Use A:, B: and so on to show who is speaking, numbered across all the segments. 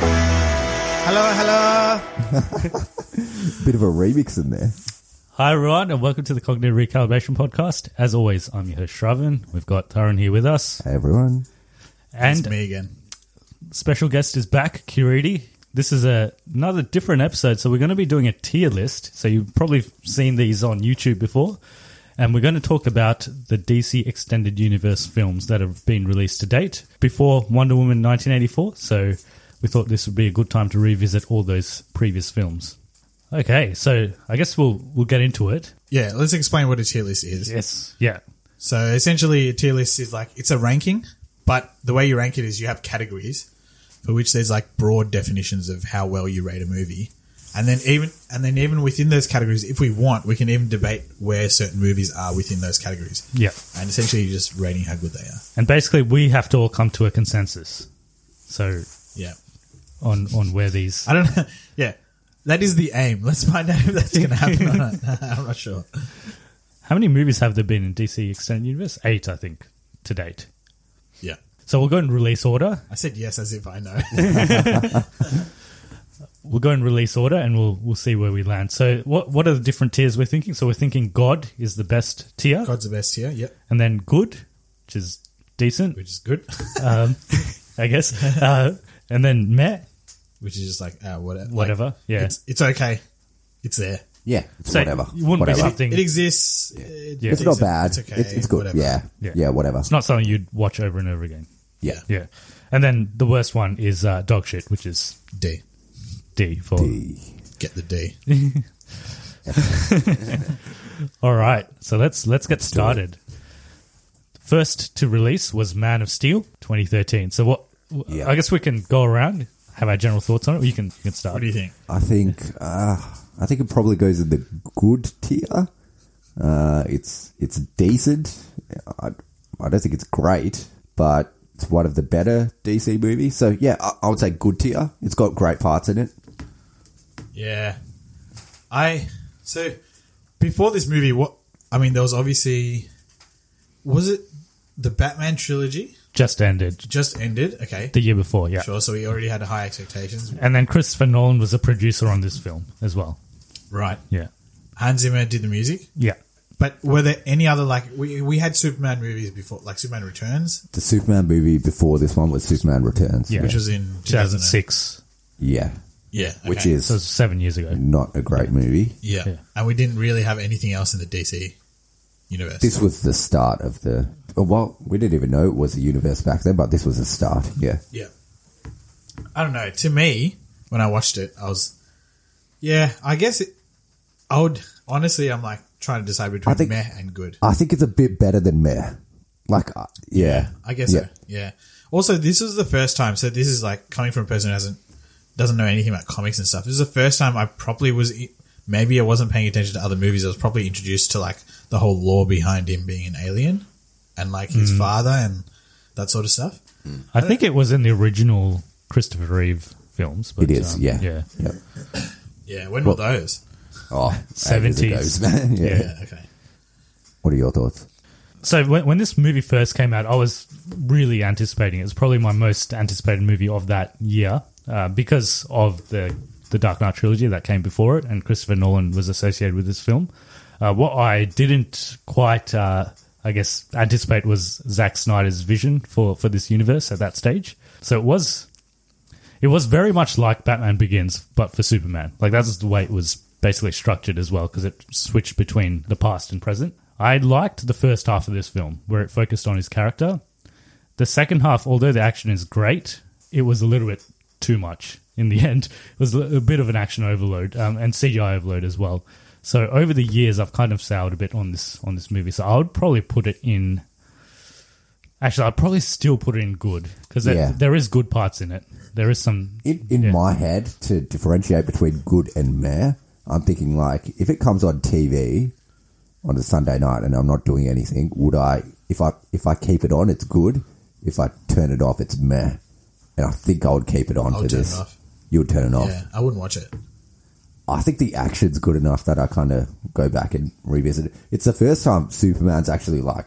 A: Hello, hello.
B: Bit of a remix in there.
C: Hi, everyone, and welcome to the Cognitive Recalibration Podcast. As always, I'm your host, Shravan. We've got Taran here with us,
B: Hey everyone.
A: It's
C: and
A: me again.
C: special guest is back, Kiriti. This is a, another different episode, so we're going to be doing a tier list. So you've probably seen these on YouTube before, and we're going to talk about the DC Extended Universe films that have been released to date before Wonder Woman 1984. So we thought this would be a good time to revisit all those previous films. Okay, so I guess we'll we'll get into it.
A: Yeah, let's explain what a tier list is.
C: Yes, yeah.
A: So essentially, a tier list is like it's a ranking, but the way you rank it is you have categories for which there's like broad definitions of how well you rate a movie, and then even and then even within those categories, if we want, we can even debate where certain movies are within those categories.
C: Yeah.
A: and essentially you're just rating how good they are.
C: And basically, we have to all come to a consensus. So
A: Yeah,
C: on on where these
A: I don't. know. yeah, that is the aim. Let's find out if that's going to happen or not. I'm not sure.
C: how many movies have there been in DC Extended Universe? Eight, I think, to date.
A: Yeah,
C: So we'll go in release order.
A: I said yes as if I know.
C: We'll go in release order, and we'll we'll see where we land. So what what are the different tiers we're thinking? So we're thinking God is the best tier,
A: God's the best here. Yep,
C: and then good, which is decent,
A: which is good.
C: um, I guess, uh, and then meh,
A: which is just like ah, whatever.
C: Whatever,
A: Like,
C: yeah.
A: it's, it's okay. It's there.
B: Yeah, it's
C: So
B: whatever.
C: you wouldn't be
B: whatever.
C: something-
A: It exists.
C: Yeah.
B: It's not bad. It's,
A: okay.
B: it's, good.
A: whatever.
B: Yeah.
C: Yeah.
B: yeah, whatever.
C: it's not something you'd watch over and over again.
B: yeah,
C: Yeah, and then the worst one is uh, dog shit, which is
A: D.
C: D for
A: Get the D.
C: All right, so let's let's get started. First to release was Man of Steel 2013. So what?
B: Yeah.
C: I guess we can go around have our general thoughts on it. Or you can you can start.
A: What do you think?
B: I think uh, I think it probably goes in the good tier. Uh, it's it's decent. I, I don't think it's great, but it's one of the better DC movies. So yeah, I, I would say good tier. It's got great parts in it.
A: Yeah. I so before this movie, what I mean, there was obviously was it the Batman trilogy
C: Just ended
A: just ended? Okay,
C: the year before, yeah.
A: sure. So we already had high expectations,
C: And then Christopher Nolan was a producer on this film as well.
A: right?
C: Yeah,
A: Hans Zimmer did the music,
C: yeah,
A: but were there any other like we we had Superman movies before, like Superman Returns,
B: The Superman movie before this one was Superman Returns.
C: yeah.
A: which was in 2006.
C: 2006,
B: yeah,
A: Yeah,
B: which
A: okay.
B: is
C: so it was seven years ago.
B: not a great movie.
A: Yeah.
C: Yeah.
A: And we didn't really have anything else in the DC universe.
B: This was the start of the. oh, Well, we didn't even know it was a universe back then, but this was a start. Yeah,
A: yeah. I don't know. To me, when I watched it, I was, yeah, I guess it, I would, honestly, I'm like trying to decide between
B: I think-
A: meh and good.
B: I think it's a bit better than Meh. Like, uh, yeah,
A: I guess
B: Yeah.
A: so. Yeah. Also, this is the first time. So this is like coming from a person who hasn't doesn't know anything about comics and stuff. This is the first time I probably was. Maybe I wasn't paying attention to other movies. I was probably introduced to like the whole lore behind him being an alien and like his
B: Mm.
A: father and that sort of stuff.
C: I think it was in the original Christopher Reeve films. But,
B: It is,
C: um,
B: yeah.
C: yeah.
B: Yep.
A: Yeah, when were those?
B: Oh, ages
C: 70s.
B: ago, man. yeah.
C: Yeah.
A: Yeah, okay.
B: What are your thoughts?
C: So when, when this movie first came out, I was really anticipating. it. It was probably my most anticipated movie of that year uh, because of the the Dark Knight trilogy that came before it, and Christopher Nolan was associated with this film. Uh, what I didn't quite, uh, I guess, anticipate was Zack Snyder's vision for for this universe at that stage. So it was it was very much like Batman Begins, but for Superman. Like that's the way it was basically structured as well, because it switched between the past and present. I liked the first half of this film, where it focused on his character. The second half, although the action is great, it was a little bit too much in the end. It was a bit of an action overload um, and CGI overload as well. So over the years, I've kind of soured a bit on this on this movie. So I would probably put it in. Actually, I'd probably still put it in good because
B: Yeah.
C: there is good parts in it. There is some
B: In, in
C: yeah.
B: my head, to differentiate between good and meh, I'm thinking like if it comes on TV on a Sunday night and I'm not doing anything, would I? If I if I keep it on, it's good. If I turn it off, it's meh. And I think I would keep it on
A: I'll
B: for
A: turn it
B: this.
A: off.
B: You'll turn it off.
A: Yeah, I wouldn't watch it.
B: I think the action's good enough that I kind of go back and revisit it. It's the first time Superman's actually like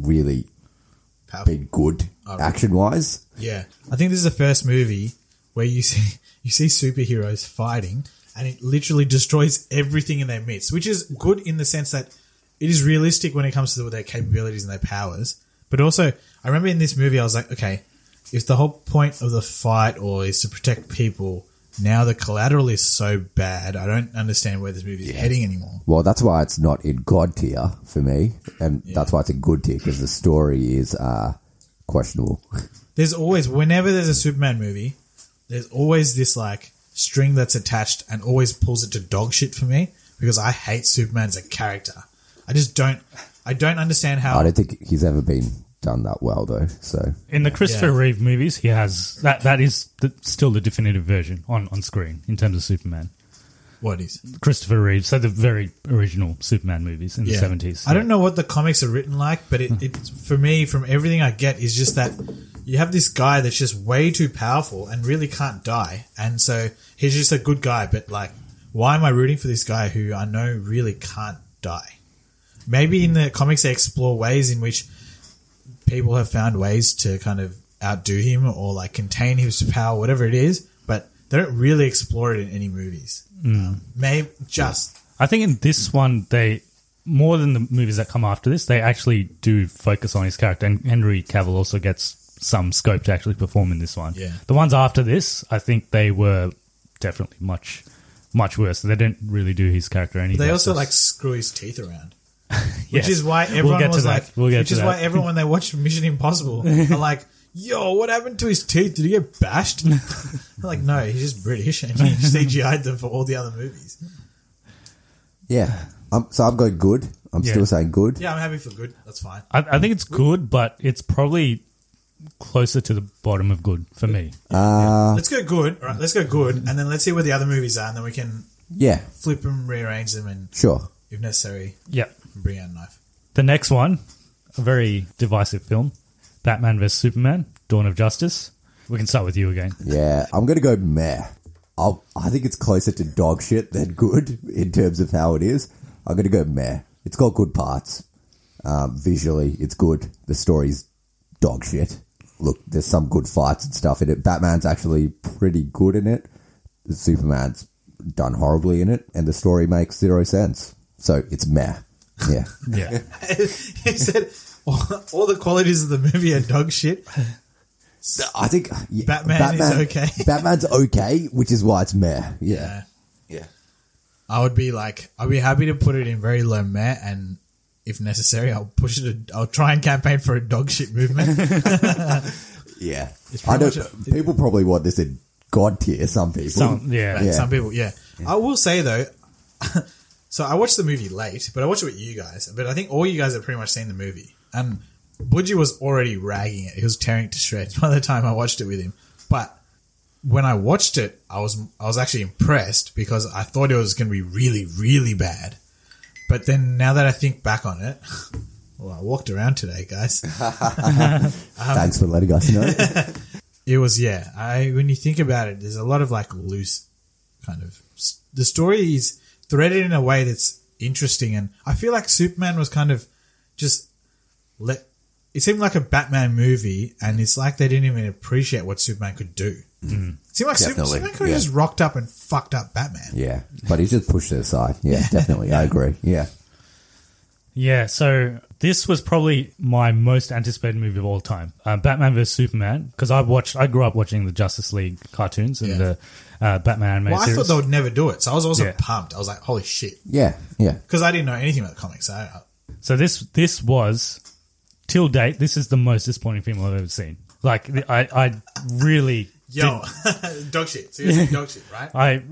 B: really
A: Powerful.
B: been good
A: Oh.
B: action wise.
A: Yeah, I think this is the first movie where you see you see superheroes fighting, and it literally destroys everything in their midst, which is good in the sense that it is realistic when it comes to their capabilities and their powers. But also, I remember in this movie, I was like, okay, if the whole point of the fight or is to protect people, now the collateral is so bad, I don't understand where this movie is heading anymore.
B: Well, that's why it's not in God tier for me, and that's why it's in good tier because the story is uh, questionable.
A: there's always whenever there's a Superman movie, there's always this like string that's attached and always pulls it to dog shit for me because I hate Superman as a character. I just don't I don't understand how
B: I don't think he's ever been done that well though. So
C: In the Christopher
A: Yeah.
C: Reeve movies, he has that. That is the, still the definitive version on, on screen in terms of Superman.
A: what is
C: Christopher Reeve, so the very original Superman movies in the
A: Yeah.
C: seventies.
A: I don't know what the comics are written like, but it, it for me from everything I get is just that you have this guy that's just way too powerful and really can't die, and so he's just a good guy. But like, why am I rooting for this guy who I know really can't die? Maybe in the comics they explore ways in which people have found ways to kind of outdo him or like contain his power, whatever it is, but they don't really explore it in any movies.
C: Mm.
A: Um, maybe just
C: I think in this one, they more than the movies that come after this, they actually do focus on his character, and Henry Cavill also gets some scope to actually perform in this one.
A: Yeah.
C: the ones after this, I think they were definitely much much worse. They didn't really do his character any.
A: They also
C: justice.
A: like screw his teeth around,
C: Yes.
A: which is why
C: We'll
A: everyone
C: get to
A: was
C: that.
A: like,
C: We'll get
A: which
C: to
A: is
C: that.
A: why everyone when they watched Mission Impossible are like, "Yo, what happened to his teeth? Did he get bashed?" They're like, no, he's just British and he CGI'd them for all the other movies.
B: yeah, I'm, so I'm going good. I'm
C: Yeah.
B: still saying good.
A: Yeah, I'm happy for good. That's fine.
C: I, I think it's good, but it's probably closer to the bottom of good for me. Uh,
A: let's go good. All right, let's go good, and then let's see where the other movies are, and then we can
B: Yeah,
A: flip them, rearrange them, and
B: sure.
A: if necessary,
C: Yeah.
A: bring out a knife.
C: The next one, a very divisive film Batman vs. Superman, Dawn of Justice. We can start with you again.
B: Yeah, I'm gonna go meh. I'll, I think it's closer to dog shit than good in terms of how it is. I'm gonna go meh. It's got good parts. Um, visually, it's good. The story's dog shit. Look, there's some good fights and stuff in it. Batman's actually pretty good in it. Superman's done horribly in it, and the story makes zero sense. So it's meh. Yeah.
C: Yeah.
A: he said, all, all the qualities of the movie are dog shit.
B: I think yeah,
A: Batman is okay.
B: Batman's okay, which is why it's meh. Yeah. Yeah.
A: I would be like, I'd be happy to put it in very low meh, and if necessary, I'll push it. I'll try and campaign for a dog shit movement.
B: Yeah, I
A: pretty
B: don't.
A: much a-
B: people probably want this in god tier. Some people.
C: Some, yeah.
A: Like, Some people, yeah. I will say though, so I watched the movie late, but I watched it with you guys. But I think all you guys have pretty much seen the movie, and Budgie was already ragging it. He was tearing it to shreds by the time I watched it with him. But when I watched it, I was I was actually impressed because I thought it was going to be really really bad, but then now that I think back on it, well, I walked around today, guys.
B: Uh-huh. Thanks for letting us know.
A: It was yeah. I when you think about it, there's a lot of like loose kind of the story is threaded in a way that's interesting, and I feel like Superman was kind of just let. It seemed like a Batman movie, and it's like they didn't even appreciate what Superman could do. It seemed like Super,
B: Mm-hmm. Definitely,
A: Superman could have
B: yeah.
A: just rocked up and fucked up Batman.
B: yeah, but he just pushed it aside. Yeah, definitely. I agree. Yeah.
C: Yeah, so this was probably my most anticipated movie of all time, uh, Batman vs Superman, because I watched, I grew up watching the Justice League cartoons and
A: Yeah.
C: the uh, Batman anime
A: Well, I
C: series.
A: thought they would never do it, so I was also
C: Yeah.
A: pumped. I was like, "Holy shit!"
B: Yeah. Yeah.
A: Because I didn't know anything about the comics. I, I,
C: so this this was till date. This is the most disappointing film I've ever seen. Like th- I, I really,
A: yo, dog shit. Seriously, dog shit, right?
C: I
B: I,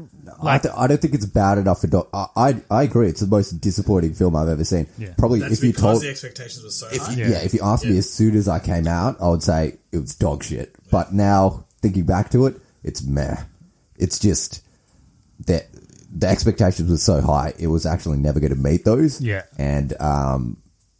C: like.
B: th- I don't think it's bad enough for. Do- I, I I agree. It's the most disappointing film I've ever seen.
C: Yeah.
B: Probably
A: That's
B: if you
A: because
B: told
A: the expectations were so
B: if
A: high.
B: you-
C: Yeah.
B: yeah. if you asked me as soon as I came out, I would say it was dog shit. But now thinking back to it, it's meh. It's just that the expectations were so high, it was actually never going to meet those.
C: Yeah.
B: and um,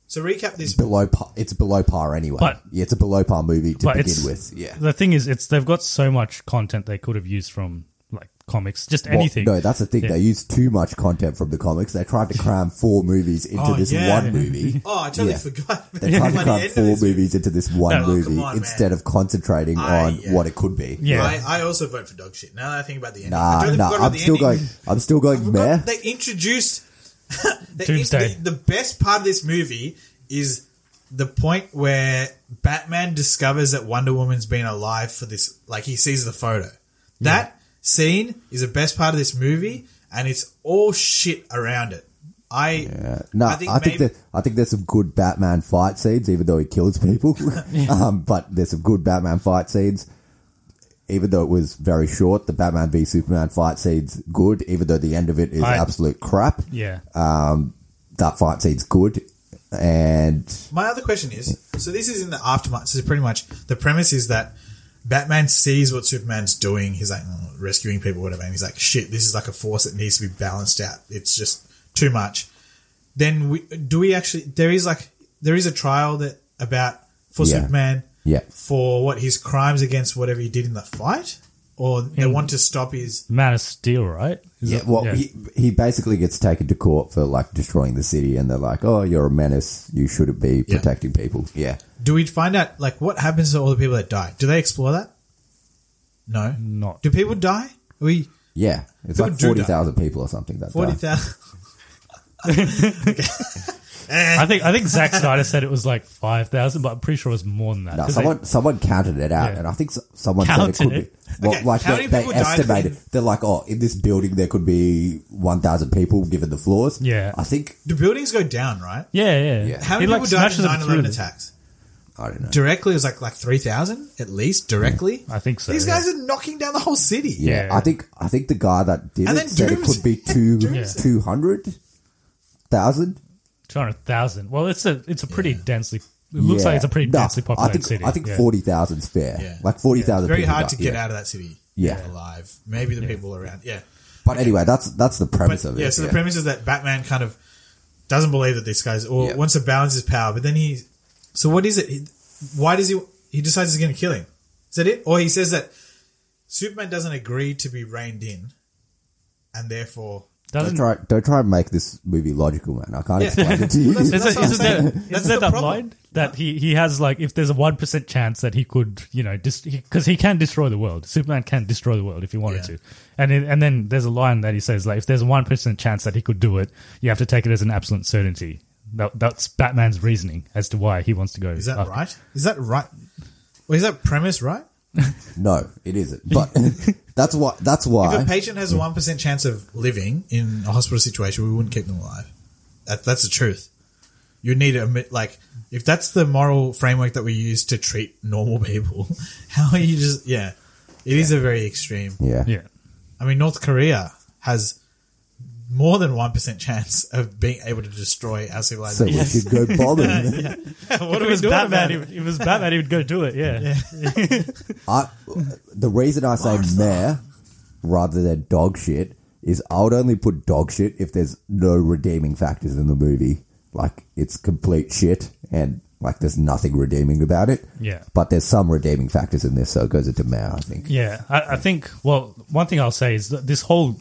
A: So recap this.
B: below par, it's below par anyway.
C: But-
B: yeah, it's a below par movie to
C: but
B: begin
C: it's
B: with. Yeah,
C: The thing is, it's they've got so much content they could have used from like comics, just
B: Well,
C: anything.
B: no, that's the thing.
C: Yeah.
B: They used too much content from the comics. They tried to cram four movies into
A: Oh,
B: this
A: yeah.
B: one movie.
A: Oh, I totally
B: Yeah.
A: forgot.
B: They tried to cram four movies into this one
A: Oh, come
B: movie
A: on, man.
B: instead of concentrating
A: I-
B: on
A: yeah.
B: what it could be.
C: Yeah.
A: I, I also vote for dog shit. Now that I think about the ending, I
B: Nah,
A: totally
B: nah,
A: forgot about
B: I'm
A: the
B: still
A: ending.
B: going. I'm still going. Meh.
A: Forgot They introduced they in-
C: Doomsday.
A: the, the best part of this movie is the point where Batman discovers that Wonder Woman's been alive for this. Like he sees the photo. That scene is the best part of this movie, and it's all shit around it. I
B: No, I think,
A: maybe-
B: that I think there's some good Batman fight scenes, even though he kills people. um, but there's some good Batman fight scenes. Even though it was very short, the Batman v Superman fight scene's good. Even though the end of it is
C: I-
B: absolute crap,
C: yeah,
B: that fight scene's good. And
A: My other question is so this is in the aftermath. So pretty much the premise is that Batman sees what Superman's doing. He's like "Mm, rescuing people, whatever. And he's like, shit, this is like a force that needs to be balanced out. It's just too much. Then we do we actually there is like there is a trial that about for
B: Yeah.
A: Superman
B: Yeah.
A: for what his crimes against whatever he did in the fight or they want to stop his
C: Man of Steel, right? Is
B: yeah,
C: that-
B: well, He, he basically gets taken to court for like destroying the city, and they're like, "Oh, you're a menace. You shouldn't be
A: Yeah.
B: protecting people." Yeah,
A: do we find out like what happens to all the people that die? Do they explore that? No.
C: Not-
A: Do people die? Are we
B: yeah. It's
A: People
B: like
A: do die.
B: forty thousand people or something. That
A: Forty
B: die.
A: thousand.
C: I think I think Zack Snyder said it was like five thousand, but I'm pretty sure it was more than that.
B: No,
C: 'Cause
B: someone someone counted it out,
C: Yeah.
B: and I think s- someone said it
C: Counted
B: could be. Well,
A: Okay,
B: like
A: how
B: they,
A: many
B: they
A: people died
B: estimated,
A: in-
B: they're like, oh, in this building there could be one thousand people given the floors.
C: Yeah.
B: I think
A: The buildings go down, right?
C: they- yeah, yeah,
B: Yeah.
A: How many
C: He, like,
A: people died in
C: smashes them
A: 9
C: through
A: 11
C: them.
A: attacks?
B: I don't know.
A: Directly, it was like, like 3,000 at least, directly.
C: Mm. I think so,
A: These
C: yeah.
A: guys are knocking down the whole city.
B: Yeah, I think I think the guy that did
A: And
B: it
A: then
B: said it
A: Dooms-
B: could be two
C: Yeah.
B: two hundred thousand.
C: Two hundred thousand. Well, it's a it's a pretty densely. It looks like it's a pretty densely populated
B: I think,
C: city.
B: I think
C: yeah.
B: forty thousand's fair.
A: Yeah.
B: Like forty thousand.
A: Very hard to get out of that city
B: Yeah.
A: alive. Maybe the people around. Yeah.
B: But anyway, that's that's the
A: But,
B: premise of it.
A: yeah, so the premise is that Batman kind of doesn't believe that these guys, or
B: Yeah.
A: wants to balance his power, but then he. So what is it? He, why does he. He decides he's going to kill him. Is that it? Or he says that Superman doesn't agree to be reined in, and therefore.
B: Don't
C: Doesn't
B: try, don't try and make this movie logical, man. I can't
A: Yeah.
B: explain it to you.
A: Well, that's-
C: Isn't,
A: what I'm
C: isn't
A: saying.
C: that,
A: That's
C: isn't that
A: the
C: that
A: problem.
C: line that he, he has like if there's a one percent chance that he could you know because he, 'cause he can destroy the world Superman can destroy the world if he wanted
A: Yeah.
C: to and then, and then there's a line that he says like if there's a one percent chance that he could do it you have to take it as an absolute certainty that, that's Batman's reasoning as to why he wants to go
A: Is that
C: after-
A: right? Is that right? Well, is that premise right?
B: No, it isn't. But that's why. That's
A: If
B: why.
A: a patient has a one percent chance of living in a hospital situation, we wouldn't keep them alive. That, that's the truth. You need to admit, like, if that's the moral framework that we use to treat normal people, how are you just? Yeah, it is a very extreme.
B: yeah.
C: yeah
A: I mean, North Korea has more than 1% chance of being able to destroy our
B: So
A: civilization.
B: we should go bother them.
C: if
A: what are
C: it
A: we
C: was
A: doing
C: Batman,
A: about
C: he,
A: it?
C: would- if it was Batman, he would go do it. Yeah,
B: I, the reason I say meh rather than dog shit is I would only put dog shit if there's no redeeming factors in the movie. Like it's complete shit and like there's nothing redeeming about it.
C: Yeah.
B: But there's some redeeming factors in this, so it goes into meh, I think.
C: yeah. I, I think. Well, one thing I'll say is that this whole,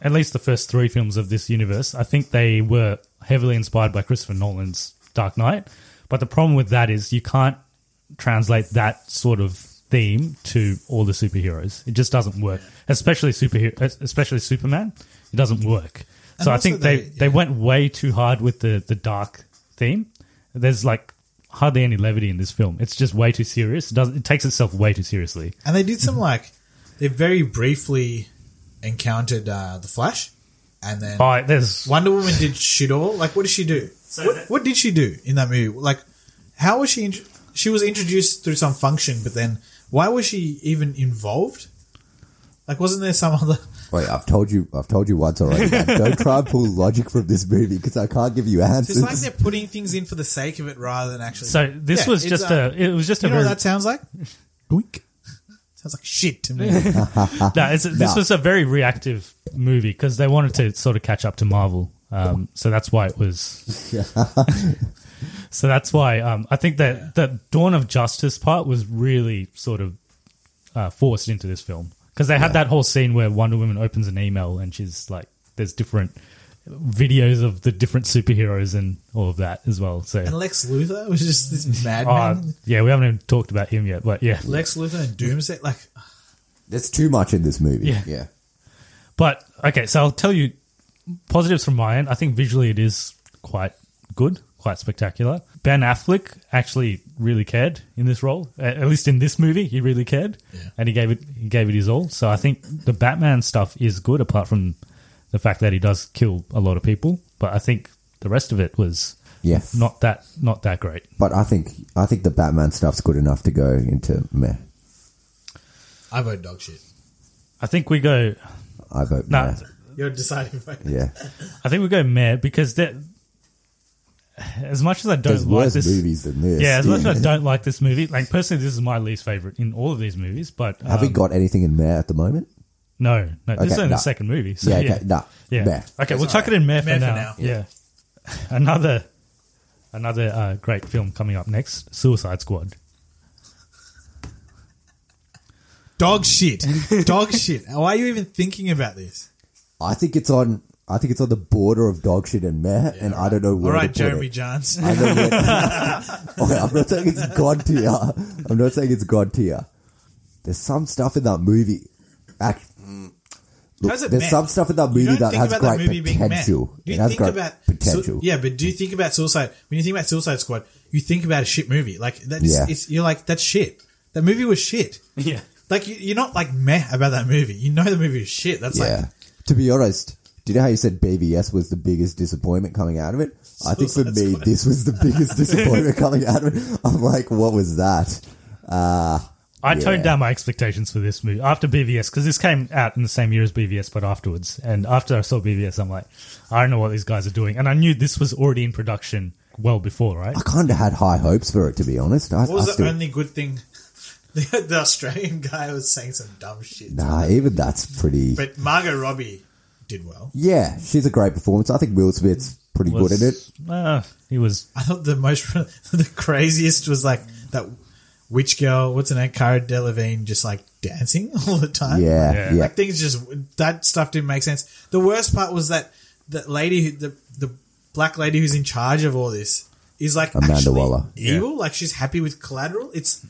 C: at least the first three films of this universe, I think they were heavily inspired by Christopher Nolan's Dark Knight. But the problem with that is you can't translate that sort of theme to all the superheroes. It just doesn't work, especially superhero, especially Superman. It doesn't work.
A: And
C: so I
A: also
C: think they,
A: they-
C: they went way too hard with the, the dark theme. There's like hardly any levity in this film. It's just way too serious. It, doesn't, it takes itself way too seriously.
A: And they did some like they very briefly encountered uh, the Flash, and then
C: Oh, there's
A: Wonder Woman did shit all. Like, what did she do? what, what did she do in that movie? Like, how was she? In- she was introduced through some function, but then why was she even involved? Like, wasn't there some other?
B: Wait, I've told you I've told you once already. man. Don't try and pull logic from this movie because I can't give you answers.
A: It's like they're putting things in for the sake of it rather than actually.
C: so this
A: Yeah,
C: was
A: it's,
C: just
A: uh,
C: a it was just
A: You
C: a
A: know what
C: very,
A: that sounds like? Doink. Sounds like shit to me.
C: no, it's, this was a very reactive movie because they wanted to sort of catch up to Marvel. Um, so that's why it was. so that's why um, I think that the Dawn of Justice part was really sort of uh, forced into this film because they had that whole scene where Wonder Woman opens an email and she's like, "There's different videos of the different superheroes and all of that as well." So.
A: and Lex Luthor was just this
C: Uh,
A: madman.
C: yeah, we haven't even talked about him yet, but yeah,
A: Lex Luthor and Doomsday, like
B: There's too much in this movie.
C: Yeah.
B: yeah.
C: But okay, so I'll tell you positives from my end. I think visually it is quite good, quite spectacular. Ben Affleck actually really cared in this role, A- at least in this movie, he really cared, and he gave it he gave it his all. So I think the Batman stuff is good, apart from the fact that he does kill a lot of people. But I think the rest of it was
B: Yeah.
C: not that not that great.
B: But I think I think the Batman stuff's good enough to go into meh.
A: I vote dog shit.
C: I think we go
B: I vote
C: no.
B: meh.
A: You're deciding. vote.
B: Yeah.
C: I think we go meh because that. As much as I don't
B: There's
C: like
B: worse
C: this,
B: movies than this.
C: Yeah, as much as I don't like this movie, like personally, this is my least favorite in all of these movies. But um,
B: Have we got anything in there at the moment?
C: no, no, this
B: Okay,
C: is only
B: no.
C: the second movie. So
B: Yeah,
C: yeah,
B: okay, no,
C: yeah.
B: meh.
C: Okay, we'll chuck it in meh for,
A: Meh for
C: now.
A: now.
C: Yeah, another, another uh, great film coming up next: Suicide Squad.
A: Dog shit. Dog shit. Why are you even thinking about this?
B: I think it's on. I think it's on the border of dog shit and meh, and I don't know
A: All
B: where.
A: right,
B: to put
A: Jeremy
B: it.
A: Johns.
B: I don't know where- Okay, I'm not saying it's god tier. I'm not saying it's god tier. There's some stuff in that movie. Act, look,
A: How's it
B: there's
A: meh?
B: some stuff in that
A: You
B: movie
A: don't
B: that
A: think
B: has
A: about
B: great
A: that movie being meh.
B: potential.
A: Do
B: It
A: you
B: has
A: think
B: great
A: about so-
B: potential.
A: yeah, but do you think about Suicide? When you think about Suicide Squad, you think about a shit movie. Like that is,
B: Yeah.
A: it's, you're like that's shit. That movie was shit.
C: Yeah,
A: Like you, you're not like meh about that movie. You know the movie is shit. That's
B: Yeah.
A: like
B: to be honest, do you know how you said BBS was the biggest disappointment coming out of it? I think for me, this was the biggest disappointment coming out of it. I'm like, what was that? Uh,
C: I toned
B: Yeah.
C: down my expectations for this movie after BVS because this came out in the same year as BVS, but afterwards. And after I saw BVS, I'm like, I don't know what these guys are doing, and I knew this was already in production well before, right?
B: I kind of had high hopes for it, to be honest. I,
A: what was
B: I
A: the
B: still,
A: only good thing? The, the Australian guy was saying some dumb shit.
B: Nah, even that's pretty.
A: But Margot Robbie did well.
B: yeah, she's a great performance. I think Will Smith's pretty good in it.
C: Uh, he was
A: I thought the most the craziest was like that witch girl. What's her name? Cara Delevingne just like dancing all the time.
B: Yeah,
C: Yeah.
B: yeah.
A: like things just that stuff didn't make sense. The worst part was that the lady, who, the the black lady who's in charge of all this, is like
B: Amanda
A: actually
B: Waller.
A: evil. Like she's happy with collateral. It's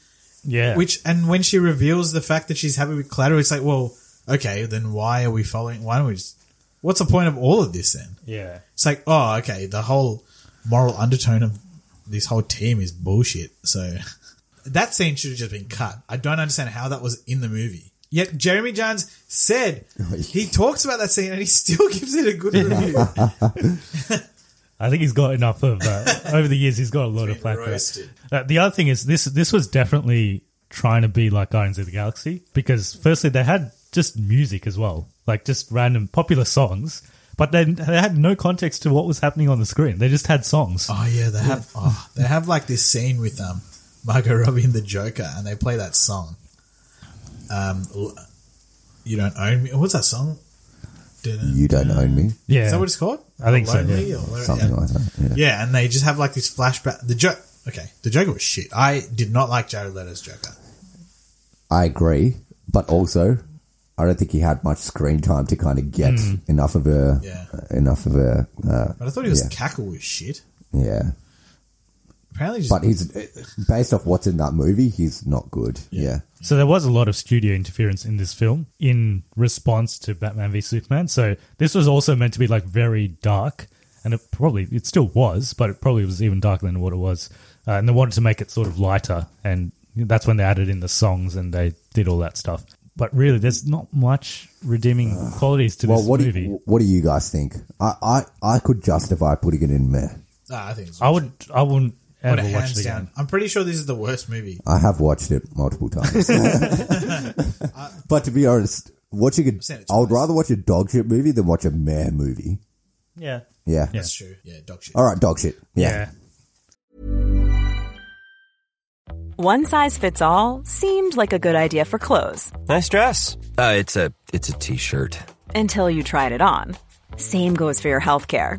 C: yeah,
A: which and when she reveals the fact that she's happy with collateral, it's like, well, okay, then why are we following? Why don't we just? What's the point of all of this then?
C: yeah.
A: It's like, oh, okay, the whole moral undertone of this whole team is bullshit. So that scene should have just been cut. I don't understand how that was in the movie. Yet Jeremy Johns said he talks about that scene and he still gives it a good review.
C: I think he's got enough of uh, over the years. He's got a lot of
A: been
C: flack. for that.
A: roasted.
C: Uh, the other thing is this: this was definitely trying to be like Guardians of the Galaxy because, firstly, they had just music as well, like just random popular songs, But they, they had no context to what was happening on the screen. They just had songs.
A: Oh yeah, they have oh, they have like this scene with um Margot Robbie and the Joker, and they play that song. Um, L- you don't own me. What's that song? Dun-
D: You don't own me.
C: yeah.
A: Is that what it's called?
C: I think so,
A: Lonely
C: yeah.
A: or whatever-
D: Something
A: yeah.
D: like that. Yeah.
A: Yeah, and they just have like this flashback. The joke. Okay, the Joker was shit. I did not like Jared Leto's Joker.
D: I agree, but also I don't think he had much screen time to kind of get enough of a
A: Mm. Yeah.
D: enough of a uh,
A: But I thought he was
D: Yeah.
A: cackle was shit.
D: yeah.
A: Apparently, just
D: But he's based off what's in that movie. He's not good. Yeah,
C: So there was a lot of studio interference in this film in response to Batman v Superman. So this was also meant to be like very dark, and it probably it still was, but it probably was even darker than what it was. Uh, and they wanted to make it sort of lighter, and that's when they added in the songs and they did all that stuff. But really, there's not much redeeming qualities to
D: Well,
C: this
D: what do
C: movie.
D: you, what do you guys think? I, I I could justify putting it in there.
A: Nah, I think it's
C: I would, I wouldn't
A: Put
C: ever
A: it
C: watch
A: hands
C: it again.
A: down. I'm pretty sure this is the worst movie.
D: I have watched it multiple times, but to be honest, watching it,
A: seen it
D: I would
A: twice.
D: rather watch a dog shit movie than watch a meh movie.
C: Yeah.
D: Yeah.
C: Yeah.
A: That's true. Yeah, dog shit.
D: All right, dog shit.
C: yeah,
D: yeah.
E: One size fits all seemed like a good idea for clothes
F: Nice dress. Uh, it's a it's a t-shirt.
E: until you tried it on. Same goes for your healthcare.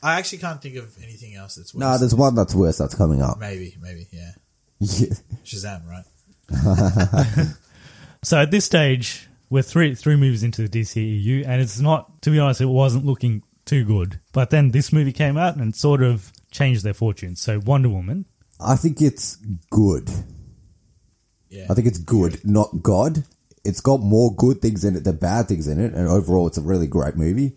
A: I actually can't think of anything else that's worse.
D: No, there's one that's worse that's coming up.
A: maybe, maybe, yeah.
D: Yeah.
A: Shazam, right?
C: So at this stage, we're three three movies into the DCEU, and it's not, to be honest, it wasn't looking too good. But then this movie came out and sort of changed their fortunes. So Wonder Woman,
D: I think it's good.
A: Yeah.
D: I think it's good, not God. It's got more good things in it than bad things in it, and overall, it's a really great movie.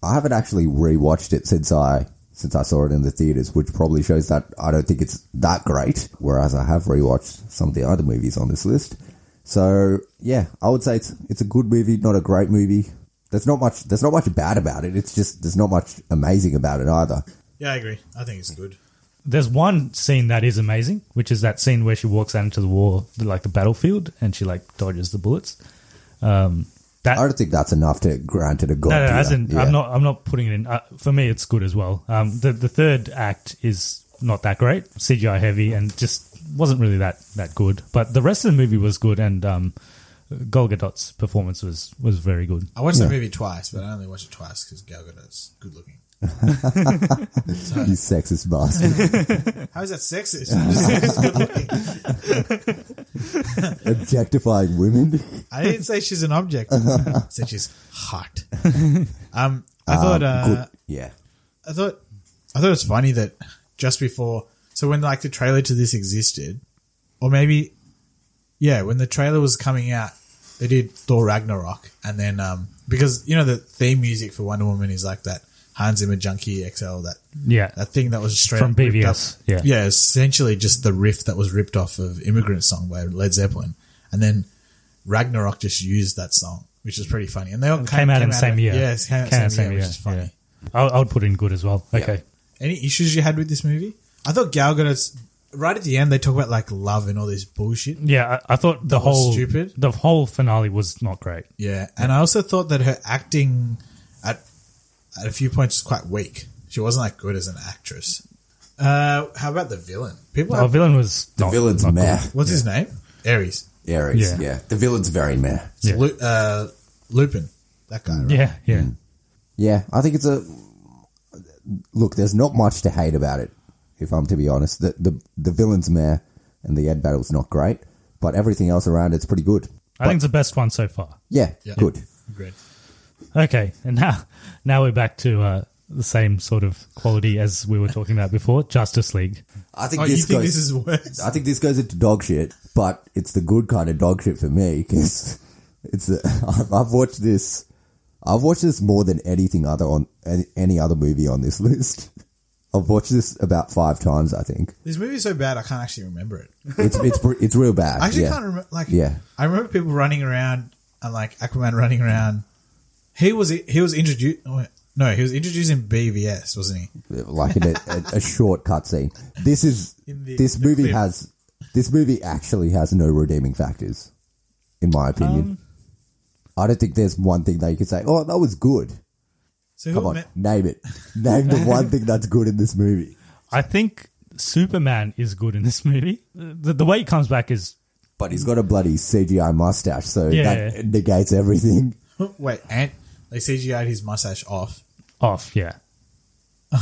D: I haven't actually rewatched it since I since I saw it in the theaters, which probably shows that I don't think it's that great. Whereas I have rewatched some of the other movies on this list, so yeah, I would say it's it's a good movie, not a great movie. There's not much there's not much bad about it. It's just there's not much amazing about it either.
A: Yeah, I agree. I think it's good.
C: there's one scene that is amazing, which is that scene where she walks out into the war, like the battlefield, and she like dodges the bullets. Um, that
D: I don't think that's enough to grant it a god.
C: no, no,
D: tier.
C: as in,
D: Yeah.
C: I'm not. I'm not putting it in. Uh, for me, it's good as well. Um, the the third act is not that great, CGI heavy, and just wasn't really that that good. But the rest of the movie was good, and um, Gal Gadot's performance was was very good.
A: I watched the movie twice, but I only watched it twice because Gal Gadot's good looking.
D: You sexist bastard.
A: How is that sexist? I'm just saying she's good looking.
D: Objectifying women.
A: I didn't say she's an object. I said she's hot. Um, I
G: Ah,
A: thought. Uh,
D: Good. Yeah.
A: I thought I thought it's funny that just before so when like the trailer to this existed, or maybe, yeah, when the trailer was coming out, they did Thor Ragnarok, and then um, because you know the theme music for Wonder Woman is like that Hans Zimmer Junkie XL that
C: Yeah.
A: that thing that was straight
C: From
A: up ripped
C: BVS,
A: up-
C: yeah.
A: yeah, essentially just the riff that was ripped off of Immigrant Song by Led Zeppelin, and then Ragnarok just used that song, which is pretty funny. And they all
C: It came, out in the same year.
A: Yeah, it came out in the same, year, which is funny.
C: yeah. I'll, I'll put in good as well. Okay.
A: Any issues you had with this movie? I thought Gal Gadot's right at the end. They talk about like love and all this bullshit.
C: Yeah, I, I thought the
A: That was
C: whole
A: stupid.
C: the whole finale was not great.
A: Yeah, and I also thought that her acting at at a few points was quite weak. She wasn't like good as an actress. Uh, how about the villain? People,
C: Our
A: have,
C: Oh, villain was
D: The
C: not,
D: villain's
C: not
D: meh.
C: good.
A: what's his name? Ares,
D: Aries,
C: Yeah.
D: yeah. The villain's very meh.
A: It's
C: Yeah.
A: Lu- uh, Lupin, that guy. Right?
C: Yeah, yeah.
D: Yeah, I think it's a look. There's not much to hate about it, if I'm to be honest. The the, the villain's meh and the Ed battle's not great, but everything else around it's pretty good.
C: I think it's the best one so far.
D: Yeah,
A: Yeah.
D: good.
A: Agreed.
C: Okay, and now now we're back to uh, the same sort of quality as we were talking about before. Justice League.
D: I think
A: Oh, you
D: this
A: think
D: goes.
A: this is worse?
D: I think this goes into dog shit, but it's the good kind of dog shit for me because it's. A, I've watched this. I've watched this more than anything other on any- any other movie on this list. I've watched this about five times. I think
A: This movie's so bad I can't actually remember it.
D: it's it's br- it's real bad.
A: I actually
D: yeah.
A: can't remember. Like,
D: Yeah.
A: I remember people running around and like Aquaman running around. He was he was introduced. No, he was introduced in BVS, wasn't he?
D: like in a, a, a short cutscene. This is
A: In the-
D: this
A: the
D: movie
A: clip.
D: has this movie actually has no redeeming factors, in my opinion. I don't think there's one thing that you could say. Oh, that was good.
A: So
D: Come
A: who
D: on,
A: met-
D: name it. Name the one thing that's good in this movie.
C: I think Superman is good in this movie. The, the way he comes back is
D: But he's got a bloody CGI mustache, so
C: Yeah.
D: that negates everything.
A: Wait, Ant, they CGI'd his mustache off.
C: off. Yeah,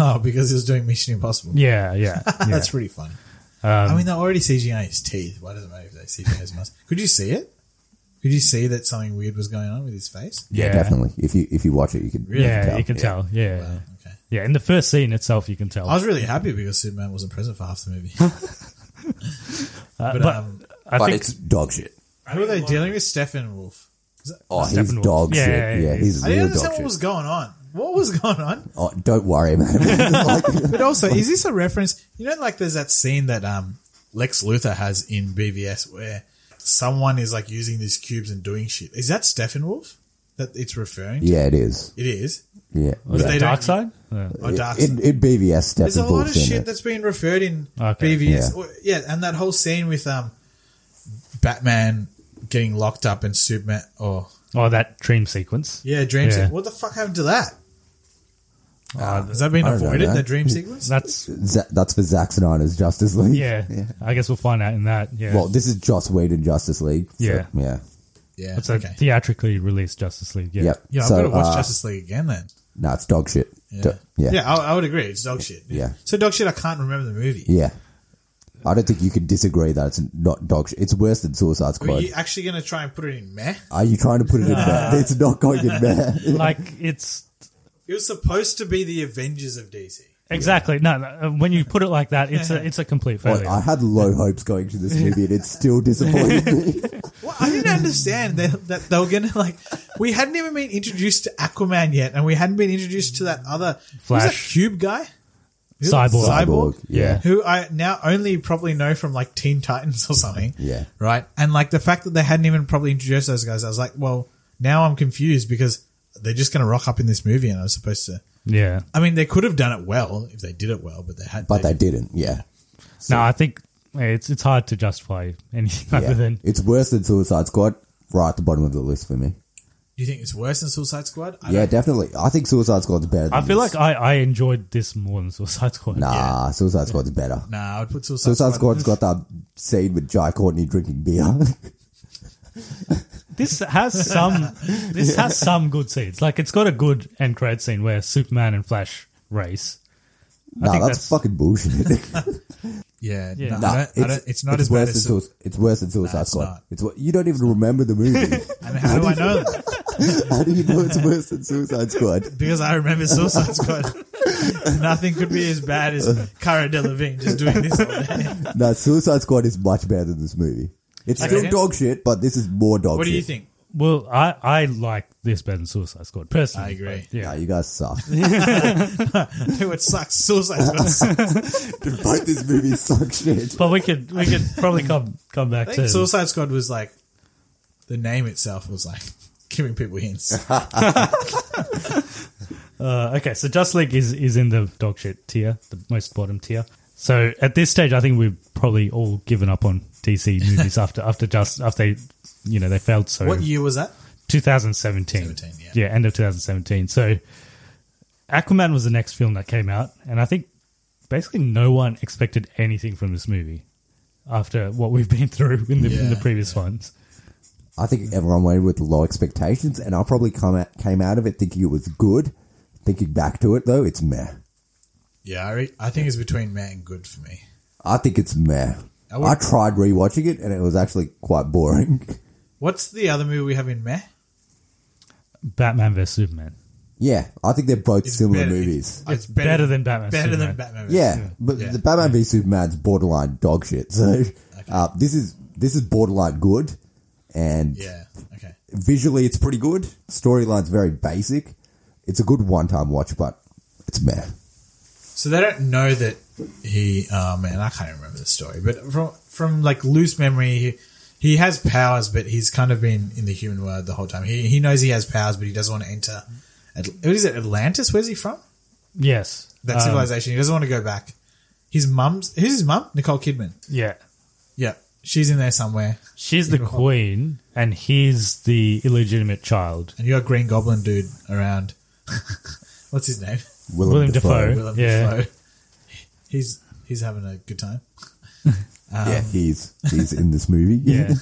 A: Oh, because he was doing Mission Impossible.
C: yeah, yeah. yeah.
A: That's pretty funny. I mean, they're already CGI his teeth. Why does it matter if they CGI his mustache? Could you see it? Could you see that something weird was going on with his face?
C: yeah,
D: Definitely. If you if you watch it, you can
A: Really?
C: yeah.
D: tell.
C: You can
D: Yeah.
C: tell. Yeah,
A: Okay.
C: yeah. In the first scene itself, you can tell.
A: I was really happy because Superman wasn't present for half the movie. but,
C: but-
A: um,
C: I
D: but
C: think
D: it's dog shit.
A: who are they dealing with? Stephen Wolf.
D: Oh, he's
C: Steppenwolf.
D: dog
C: Yeah, yeah,
D: shit.
C: yeah,
D: Yeah,
C: yeah.
D: he's
A: I didn't
D: real
A: understand
D: dog
A: what was
D: shit.
A: going on. What was going on?
D: Oh, don't worry, man.
A: But also, is this a reference? You know, like there's that scene that um, Lex Luthor has in BVS where someone is like using these cubes and doing shit. Is that Steppenwolf that it's referring to?
D: yeah, it is.
A: It is.
D: Yeah.
C: was
A: they
C: it
A: don't-
C: Dark Side? Yeah.
A: Or
D: in,
A: Darkseid.
D: in BVS Steppenwolf's
A: There's a lot of
D: in
A: shit
D: it.
A: that's been referred in
C: Okay.
A: BVS.
D: Yeah.
A: Or- Yeah. and that whole scene with um, Batman getting locked up and Superman. Oh,
C: Oh, that dream sequence.
A: yeah, dream
C: Yeah.
A: sequence. What the fuck happened to that? Oh, Has that been
D: Uh, I don't know Hmm.
A: avoided,
D: that.
A: the dream sequence?
C: That's
D: Za- that's for Zack Snyder's Justice League.
C: yeah. I guess we'll find out in that. Yeah.
D: Well, this is Joss Whedon Justice League. so-
C: Yeah.
D: yeah.
A: Yeah,
C: it's a
A: okay.
C: theatrically released Justice League. Yeah.
D: Yep.
A: Yeah, I've
D: so,
A: got to watch
D: uh,
A: Justice League again then.
D: No, it's dog shit.
A: Yeah.
D: Do- yeah. Yeah.
A: I, I would agree. It's dog shit.
D: Yeah.
A: So dog shit. I can't remember the movie.
D: I don't think you can disagree that it's not dog shit. It's worse than Suicide
A: Are
D: Squad.
A: you actually going to try and put it in meh?
D: Are you trying to put it in there? It's not going in there.
C: Like it's
A: It was supposed to be the Avengers of DC.
C: exactly no, no. When you put it like that, it's a it's a complete failure.
D: I had low hopes going to this movie, and it's still disappointing me.
A: Well, I didn't understand that, that they were going to like. We hadn't even been introduced to Aquaman yet, and we hadn't been introduced to that other who's that
C: Flash.
A: cube guy, Who's that?
C: Cyborg.
D: Cyborg, yeah.
A: who I now only probably know from like Teen Titans or something.
D: Yeah.
A: right. And like the fact that they hadn't even probably introduced those guys, I was like, well, now I'm confused because they're just going to rock up in this movie, and I was supposed to.
C: yeah.
A: I mean, they could have done it well if they did it well, but they had.
D: But they didn't. Yeah.
C: no, I think it's it's hard to justify anything
D: yeah.
C: other than
D: It's worse than Suicide Squad. Right at the bottom of the list for me.
A: Do you think it's worse than Suicide Squad? I
D: Yeah,
A: don't-
D: definitely. I think Suicide Squad's better. Than
C: I feel
D: this.
C: like I, I enjoyed this more than Suicide Squad.
D: nah, Suicide Squad's better.
A: Nah, I would put Suicide,
D: Suicide
A: Squad.
D: Squad's got that scene with Jai Courtney drinking beer. Ah,
C: This has some this has some good scenes. Like it's got a good end credit scene where Superman and Flash race.
D: nah,
C: think
D: that's,
C: that's-
D: fucking bullshit.
A: Yeah,
C: Yeah.
A: no,
C: Nah,
A: I don't, I don't, it's not as bad
D: worse
A: as.
D: than Sui- It's worse than Suicide
A: it's
D: Squad.
A: not.
D: It's what you don't even remember the movie.
A: and how do I know? that?
D: How do you know it's worse than Suicide Squad?
A: Because I remember Suicide Squad. Nothing could be as bad as Cara Delevingne just doing this all day.
D: No, Suicide Squad is much better than this movie. It's
C: Okay.
D: still dog shit, but this is more dog shit.
C: Well, I, I like this better than Suicide Squad personally.
A: I agree.
C: but Yeah,
D: you guys suck.
A: Dude, what sucks? Suicide Squad sucks.
D: Both these movies suck shit.
C: But we could we could probably come come
A: I
C: back
A: think
C: to
A: Suicide Squad was like the name itself was like giving people hints.
C: Uh, okay, so Just League is, is in the dog shit tier, the most bottom tier. So at this stage, I think we've probably all given up on DC movies after after just after they, you know they failed. So
A: What year was that?
C: 2017. yeah. end of 2017. So Aquaman was the next film that came out, and I think basically no one expected anything from this movie after what we've been through in the, in the
D: Yeah,
C: previous ones.
D: I think everyone went with low expectations, and I probably come out, came out of it thinking it was good. Thinking back to it though, it's meh.
A: Yeah, I, re- I think it's between Matt and Good for me.
D: I think it's meh.
A: I
D: I,
A: would-
D: tried rewatching it, and it was actually quite boring.
A: What's the other movie we have in Meh?
C: Batman vs Superman.
D: Yeah, I think they're both similar movies.
A: It's
C: better, than Batman.
A: Better
C: Superman.
A: than Batman. vs
D: Yeah,
A: Superman.
D: but the Batman v Superman's borderline dog shit. So uh, this is this is borderline good, and
A: Yeah. Okay.
D: visually it's pretty good. Storyline's very basic. It's a good one-time watch, but it's meh.
A: So they don't know that he. Oh man, I can't remember the story, but from from like loose memory, he, he has powers, but he's kind of been in the human world the whole time. He he knows he has powers, but he doesn't want to enter. At, what is it Atlantis? Where's he from?
C: Yes,
A: That
C: Um,
A: civilization. He doesn't want to go back. His mum's. Who's his mum? Nicole Kidman.
C: Yeah,
A: Yeah, she's in there somewhere.
C: She's the queen, and he's the illegitimate child.
A: And you got Green Goblin dude around. What's his name?
C: Willem Willem Dafoe. Dafoe.
A: Willem
C: Yeah.
A: Dafoe. He's he's having a good time.
D: yeah, he's he's in this movie.
A: Yeah.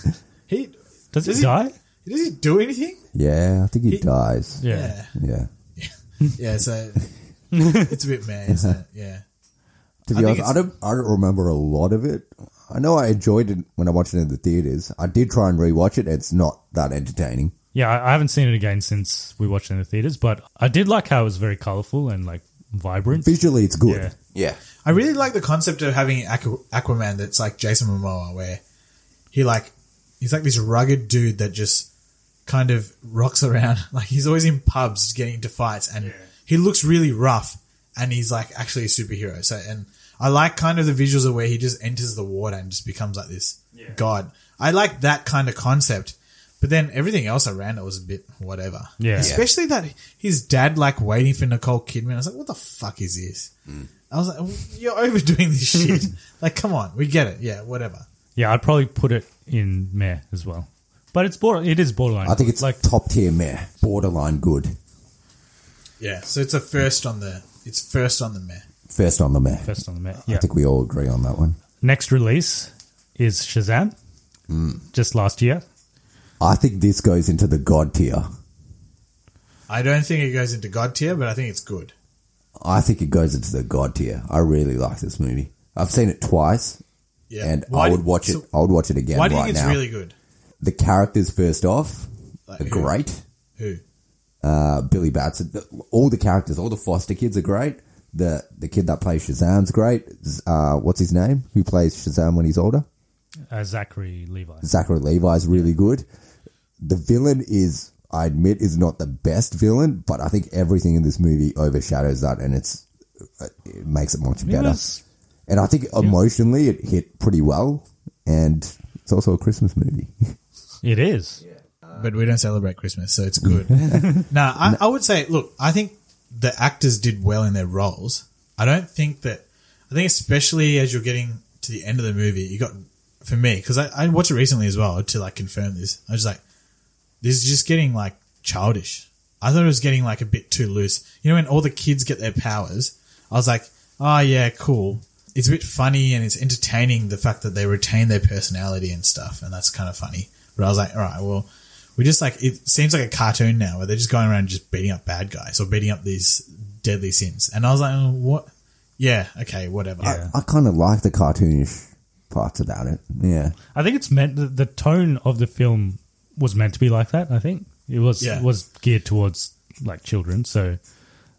A: He
C: does,
A: he
C: die?
A: Does he do anything?
D: yeah, I think he, dies.
A: Yeah.
D: yeah.
A: Yeah, so it's a bit mad, isn't it? Yeah.
D: To
A: I
D: be
A: think
D: honest,
A: it's-
D: I don't I don't remember a lot of it. I know I enjoyed it when I watched it in the theaters. I did try and rewatch it. It's not that entertaining.
C: Yeah, I I haven't seen it again since we watched it in the theaters, but I did like how it was very colorful and like vibrant.
D: Visually, it's good.
C: Yeah.
D: Yeah.
A: I really like the concept of having Aqu- Aquaman that's like Jason Momoa, where he like he's like this rugged dude that just kind of rocks around. Like he's always in pubs getting into fights, and he looks really rough, and he's like actually a superhero. So, and I like kind of the visuals of where he just enters the water and just becomes like this god. I like that kind of concept. But then everything else around it was a bit whatever.
C: Yeah.
A: Especially that his dad like waiting for Nicole Kidman. I was like, what the fuck is this? I was like, you're overdoing this shit. like, come on, we get it. Yeah, whatever.
C: Yeah, I'd probably put it in Meh as well. But it's border it is borderline.
D: I think it's like top tier meh, borderline good.
A: Yeah, so it's a first on the it's first on the meh.
D: First on the meh.
C: First on the Meh.
D: I
C: Yeah.
D: think we all agree on that one.
C: Next release is Shazam.
D: Hmm.
C: Just last year.
D: I think this goes into the god tier.
A: I don't think it goes into god tier, but I think it's good.
D: I think it goes into the god tier. I really like this movie. I've seen it twice,
A: Yeah.
D: and
A: Why
D: I
A: do-
D: would watch
A: so
D: it. I would watch it again.
A: Why do you
D: right
A: think it's
D: now.
A: really good?
D: The characters, first off,
A: Like,
D: are
A: who?
D: great.
A: Who?
D: Uh, Billy Batson, the- all the characters, all the Foster kids are great. The the kid that plays Shazam's great. Z- Uh, what's his name? Who plays Shazam when he's older?
C: Uh, Zachary Levi.
D: Zachary Levi's really good. The villain is, I admit, is not the best villain, but I think everything in this movie overshadows that, and it's it makes it much
C: It
D: better.
C: was-
D: and I think emotionally, it hit pretty well, and it's also a Christmas movie.
C: It is.
A: But we don't celebrate Christmas, so it's good. nah, I, I would say, look, I think the actors did well in their roles. I don't think that. I think especially as you're getting to the end of the movie, you got for me because I, I watched it recently as well to like confirm this. I was like, this is just getting like childish. I thought it was getting like a bit too loose. You know, when all the kids get their powers, I was like, oh yeah, cool. It's a bit funny and it's entertaining the fact that they retain their personality and stuff, and that's kind of funny. But I was like, all right, well, we just like it seems like a cartoon now where they're just going around just beating up bad guys or beating up these deadly sins. And I was like, oh, what? Yeah, okay, whatever.
D: I, I kind of like the cartoonish parts about it. Yeah,
C: I think it's meant the, the tone of the film was meant to be like that, I think. It was
A: Yeah.
C: was geared towards like children. So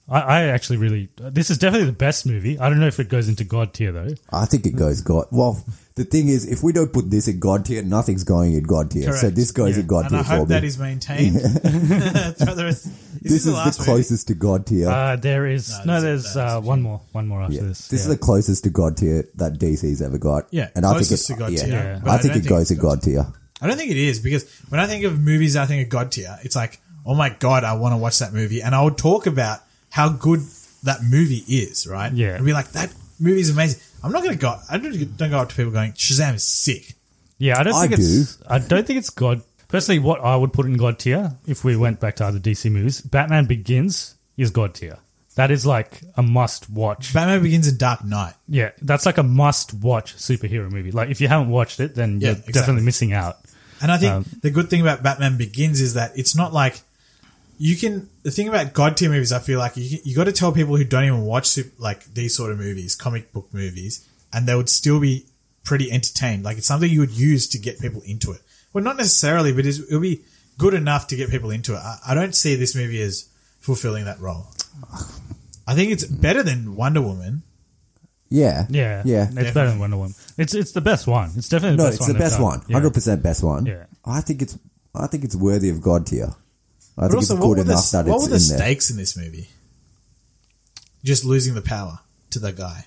C: I, I actually really this is definitely the best movie. I don't know if it goes into god tier though.
D: I think it goes God. Well, the thing is, if we don't put this in God tier, nothing's going in God tier. So
A: Correct.
D: this goes in God
A: and
D: tier
A: I
D: for
A: hope
D: me.
A: that is maintained. throughout the rest- is
D: this is
A: the
D: the,
A: last movie?
D: closest to God tier.
C: Uh, there is no, there's uh, one more one more after
D: Yeah.
C: this.
D: This is the closest to God tier that DC's ever got.
A: Yeah,
D: and I think it,
A: closest to God
D: yeah,
A: tier, Yeah. but
D: I
A: I
D: think
A: don't
D: it
A: think
D: goes in God tier.
A: I don't think it is because when I think of movies, I think of God tier. It's like, oh my god, I want to watch that movie, and I would talk about how good that movie is. Right?
C: Yeah.
A: I'd be like, that movie is amazing. I'm not gonna go. I don't, don't go up to people going, Shazam is sick.
C: Yeah, I don't
A: I
C: think it's. I don't think it's God. Personally, what I would put in God tier if we went back to other DC movies, Batman Begins is God tier. That is like a must watch.
A: Batman Begins and Dark Knight.
C: Yeah, that's like a must watch superhero movie. Like if you haven't watched it, then
A: Yeah,
C: you're
A: exactly.
C: definitely missing out.
A: And I think
C: Um,
A: the good thing about Batman Begins is that it's not like you can. The thing about God tier movies, I feel like you, you got to tell people who don't even watch sup- like these sort of movies, comic book movies, and they would still be pretty entertained. Like it's something you would use to get people into it. Well, not necessarily, but it's, it'll be good enough to get people into it. I, I don't see this movie as fulfilling that role. I think it's better than Wonder Woman.
D: Yeah,
C: Yeah,
D: yeah.
C: It's better than Wonder Woman. It's it's the best one. It's definitely the
D: no,
C: best
D: it's
C: one
D: the best
C: they've
D: one,
C: done. Yeah.
D: hundred percent best one.
C: Yeah.
D: I think it's. I think it's worthy of God tier. I
A: But
D: think
A: also,
D: it's
A: what
D: good
A: were the,
D: enough that
A: what
D: it's
A: were the
D: in there.
A: stakes in this movie? Just losing the power to the guy.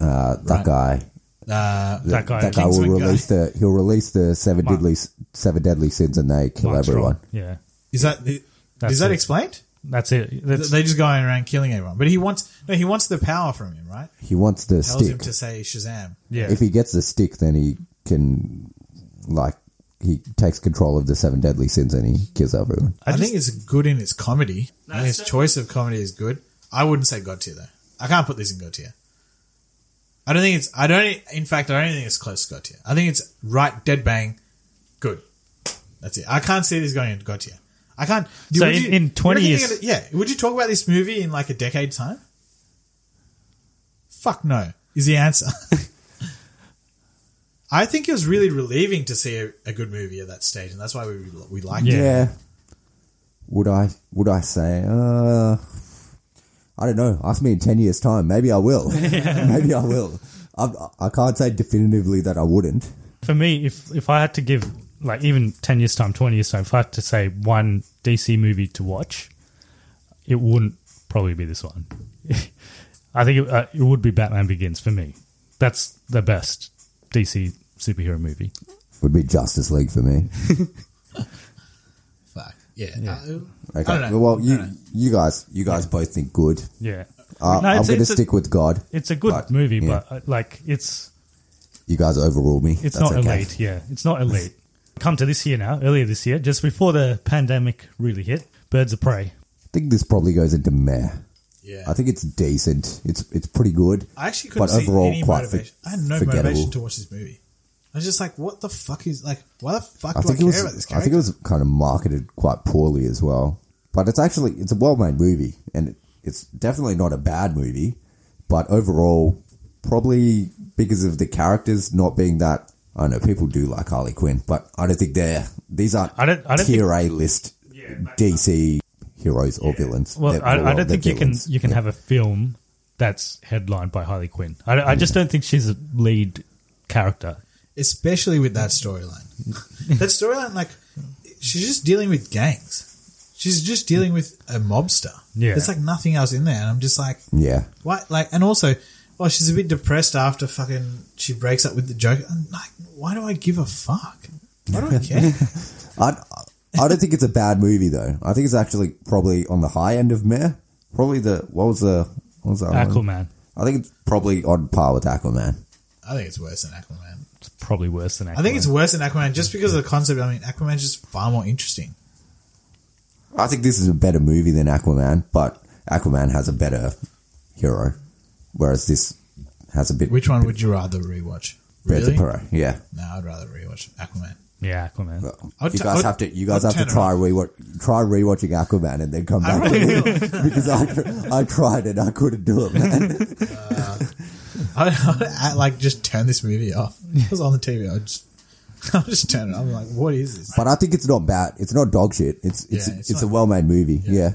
D: Uh, that guy.
A: Uh,
D: The- that guy will
A: Kingsman
D: release the he'll release the seven
A: Mark.
D: deadly seven deadly sins and they kill
C: Mark's
D: everyone.
C: wrong. Yeah,
A: Is that is
C: That's
A: that
C: it.
A: explained?
C: that's it. That's,
A: They just go around killing everyone, but he wants no. He wants the power from him, right?
D: He wants the
A: Tells him
D: stick.
A: to say Shazam.
D: If he gets the stick, then he can like he takes control of the seven deadly sins and he kills everyone.
A: I, think it's good in its comedy. I think his choice of comedy is good. I wouldn't say God tier though. I can't put this in God tier. I don't think it's. I don't. In fact, I don't think it's close to God tier. I think it's right dead bang, good. That's it. I can't see this going into God tier. I can't.
C: So
A: would
C: in- in 20
A: you reckon
C: years-
A: they're gonna- yeah. Would you talk about this movie in like a decade time? Fuck no is the answer. I think it was really relieving to see a, a good movie at that stage, and that's why we we liked it.
D: Would I would I say uh I don't know. Ask me in ten years' time. Maybe I will. Maybe I will. I, I can't say definitively that I wouldn't.
C: for me, if if I had to give like even ten years time, twenty years time, if I had to say one DC movie to watch, it wouldn't probably be this one. I think it, uh, it would be Batman Begins for me. That's the best DC superhero movie.
D: Would be Justice League for me.
A: Fuck yeah. Uh,
D: Okay.
A: I don't know.
D: Well, you you guys you guys both think good.
C: Yeah,
D: Uh,
C: No,
D: I'm
C: it's-
D: going to
C: it's a-
D: stick with God.
C: It's a good
D: But,
C: movie,
D: yeah.
C: but uh, like it's
D: You guys overrule me.
C: It's
D: That's
C: not
D: okay.
C: elite, yeah. It's not elite. Come to this year now, earlier this year, just before the pandemic really hit, Birds of Prey.
D: I think this probably goes into meh.
A: Yeah.
D: I think it's decent. It's it's pretty good.
A: I actually couldn't see any
D: for-
A: motivation. I had no
D: forgettable.
A: motivation to watch this movie. I was just like, what the fuck is like? Why the fuck
D: I
A: do I
D: think it
A: care
D: was.
A: about this
D: I
A: character?
D: think it was kind of marketed quite poorly as well. But it's actually it's a well made movie, and it, it's definitely not a bad movie. But overall, probably because of the characters not being that. I know people do like Harley Quinn, but I don't think they're these aren't
C: I don't- I don't
D: tier A list DC heroes or villains.
C: Well,
D: They're-
C: I, I
D: they're
C: don't think you can
D: villains.
C: you can have a film that's headlined by Harley Quinn. I, I
D: Mm.
C: just don't think she's a lead character.
A: Especially with that storyline. that storyline, like, she's just dealing with gangs. She's just dealing with a mobster.
D: Yeah.
A: There's like nothing else in there, and I'm just like,
D: Yeah,
A: why? Like, and also, well, she's a bit depressed after fucking she breaks up with the Joker. I'm like, why do I give a fuck? Why do I care?
D: I, I don't think it's a bad movie though. I think it's actually probably on the high end of meh. Probably the what was the what was that one?
C: Aquaman.
D: I think it's probably on par with Aquaman.
A: I think it's worse than Aquaman.
C: It's probably worse than Aquaman.
A: I think it's worse than Aquaman just because of the concept. I mean, Aquaman's just far more interesting.
D: I think this is a better movie than Aquaman, but Aquaman has a better hero, whereas this has a bit.
A: Which one would you rather rewatch?
D: Birds
A: Really?
D: of Prey, yeah.
A: No, I'd rather rewatch Aquaman.
C: yeah, Aquaman.
A: I'd
D: you
A: t-
D: guys
A: I'd-
D: have to. You guys
A: I'd
D: have to
A: turn it
D: try rewatch, try rewatching Aquaman, and then come back to it because I, I tried and I couldn't do it, man.
A: I, I, like just turn this movie off. It was on the TV. I just I'll just turn it. I'm like, what is this?
D: But I think it's not bad. It's not dog shit. It's it's
A: Yeah, it's
D: it's, a
A: not-
D: well made movie. Yeah.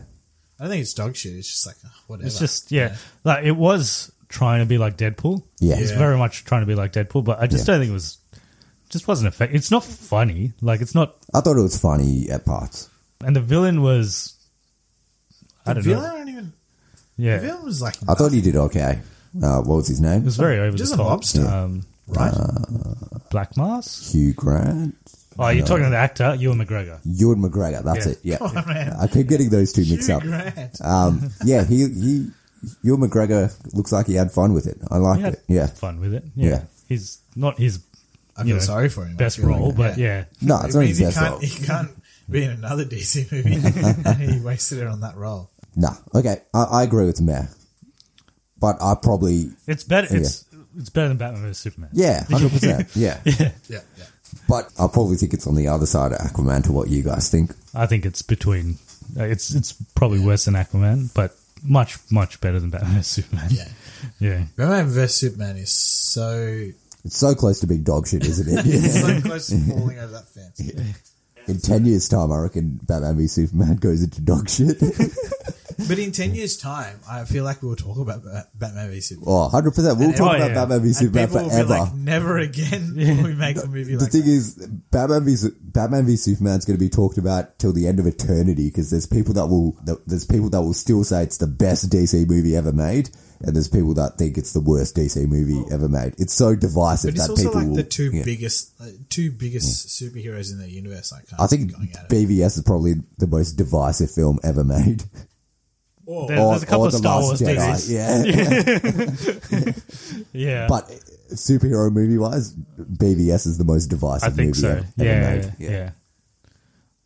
A: I don't think it's dog shit. It's just like oh, whatever.
C: It's just yeah, like it was trying to be like Deadpool.
D: Yeah.
C: it's
A: Yeah.
C: very much trying to be like Deadpool, but I just don't think it was. Just wasn't effective. It's not funny. Like it's not.
D: I thought it was funny at parts.
C: And the villain was. I
A: the
C: don't
A: villain.
C: know.
A: I don't even.
C: Yeah,
A: The villain was like
D: I thought he did okay. Uh, what was his name?
C: it was very over
A: Just
C: the
A: a
C: top.
A: mobster,
C: Um,
A: right?
D: uh,
C: Black Mask.
D: Hugh Grant,
C: Oh, you're talking to the actor Ewan McGregor.
D: Ewan McGregor. That's
C: Yeah.
D: it. Yeah,
A: oh, man.
D: I keep getting those two mixed up.
A: Grant.
D: Um, yeah, he he. Ewan McGregor looks like he had fun with it. I liked
C: He had
D: it. Yeah.
C: fun with it.
D: Yeah.
C: Yeah, he's not his
A: I
C: you
A: feel
C: know,
A: sorry for him. I
C: best
A: feel like-
C: role, but yeah.
D: No, it's not
A: I mean,
D: his
A: he
D: best
A: can't,
D: role.
A: he can't be in another DC movie. and he wasted it on that role.
D: Nah. Okay, I, I agree with Mayor. But I probably
C: it's better. It's it's better than Batman vs Superman.
D: yeah, hundred percent. Yeah.
A: Yeah, yeah.
D: But I probably think it's on the other side of Aquaman to what you guys think.
C: I think it's between. uh, It's it's probably worse than Aquaman, but much much better than Batman vs Superman.
A: Yeah.
C: yeah.
A: Batman vs Superman is so
D: It's so close to being dog shit, isn't it?
A: so close to falling over that fence.
D: In ten years' time, I reckon Batman v Superman goes into dog shit.
A: But in ten years' time, I feel like we'll talk about Bat- Batman v Superman.
D: oh, 100 percent. We'll
A: And
D: talk
C: oh,
D: about
C: yeah.
D: Batman v
A: And
D: Superman
A: people will be
D: forever.
A: like, never again will we make a movie
D: the
A: like
D: thing
A: that.
D: is, Batman v Su- Batman v Superman's going to be talked about till the end of eternity because there's people that will that- there's people that will still say it's the best DC movie ever made, and there's people that think it's the worst DC movie ever made. It's so divisive
A: Oh. But it's
D: that
A: also
D: people
A: like
D: will.
A: the two
D: yeah.
A: biggest, uh, two biggest superheroes in the universe. I can't.
D: I think
A: going at it.
D: BVS is probably the most divisive film ever made.
A: Or-
C: There- there's a couple of
D: The
C: Star
D: Last
C: Wars
D: Jedi.
C: movies.
D: Yeah.
C: Yeah,
D: but superhero movie wise, BVS is the most divisive
C: I think
D: movie
C: so.
D: ever,
C: Yeah,
D: ever
C: yeah,
D: made.
C: yeah.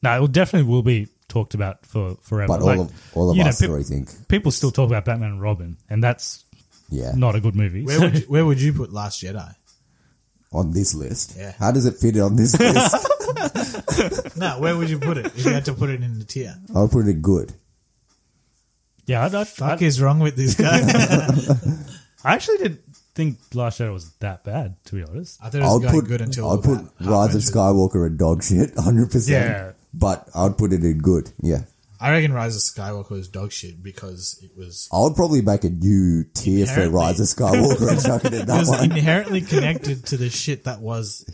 C: No, it will definitely will be talked about for forever.
D: But all
C: Like,
D: of all of
C: you know,
D: us
C: peop-
D: three think,
C: people still talk about Batman and Robin, and that's
D: yeah,
C: not a good movie.
A: where would you, where would you put Last Jedi?
D: on this list.
A: Yeah.
D: How does it fit on this list?
A: No, where would you put it if you had to put it in the tier?
D: I'll put it good.
C: yeah, I, I,
A: Fuck
C: I,
A: is wrong with this guy?
C: I actually didn't think Last Shadow was that bad, to be honest.
A: I thought it
D: I'll
A: was going
D: put
A: good until
D: I'll put
A: about
D: Rise
A: halfway
D: of
A: through.
D: Skywalker and dog shit, hundred
C: Yeah.
D: percent. But I'd put it in good. Yeah.
A: I reckon Rise of Skywalker was dog shit because it was
D: I would probably make a new tier for
A: Inherently.
D: Rise of Skywalker and chuck it in
A: it
D: that
A: was
D: one.
A: inherently connected to the shit that was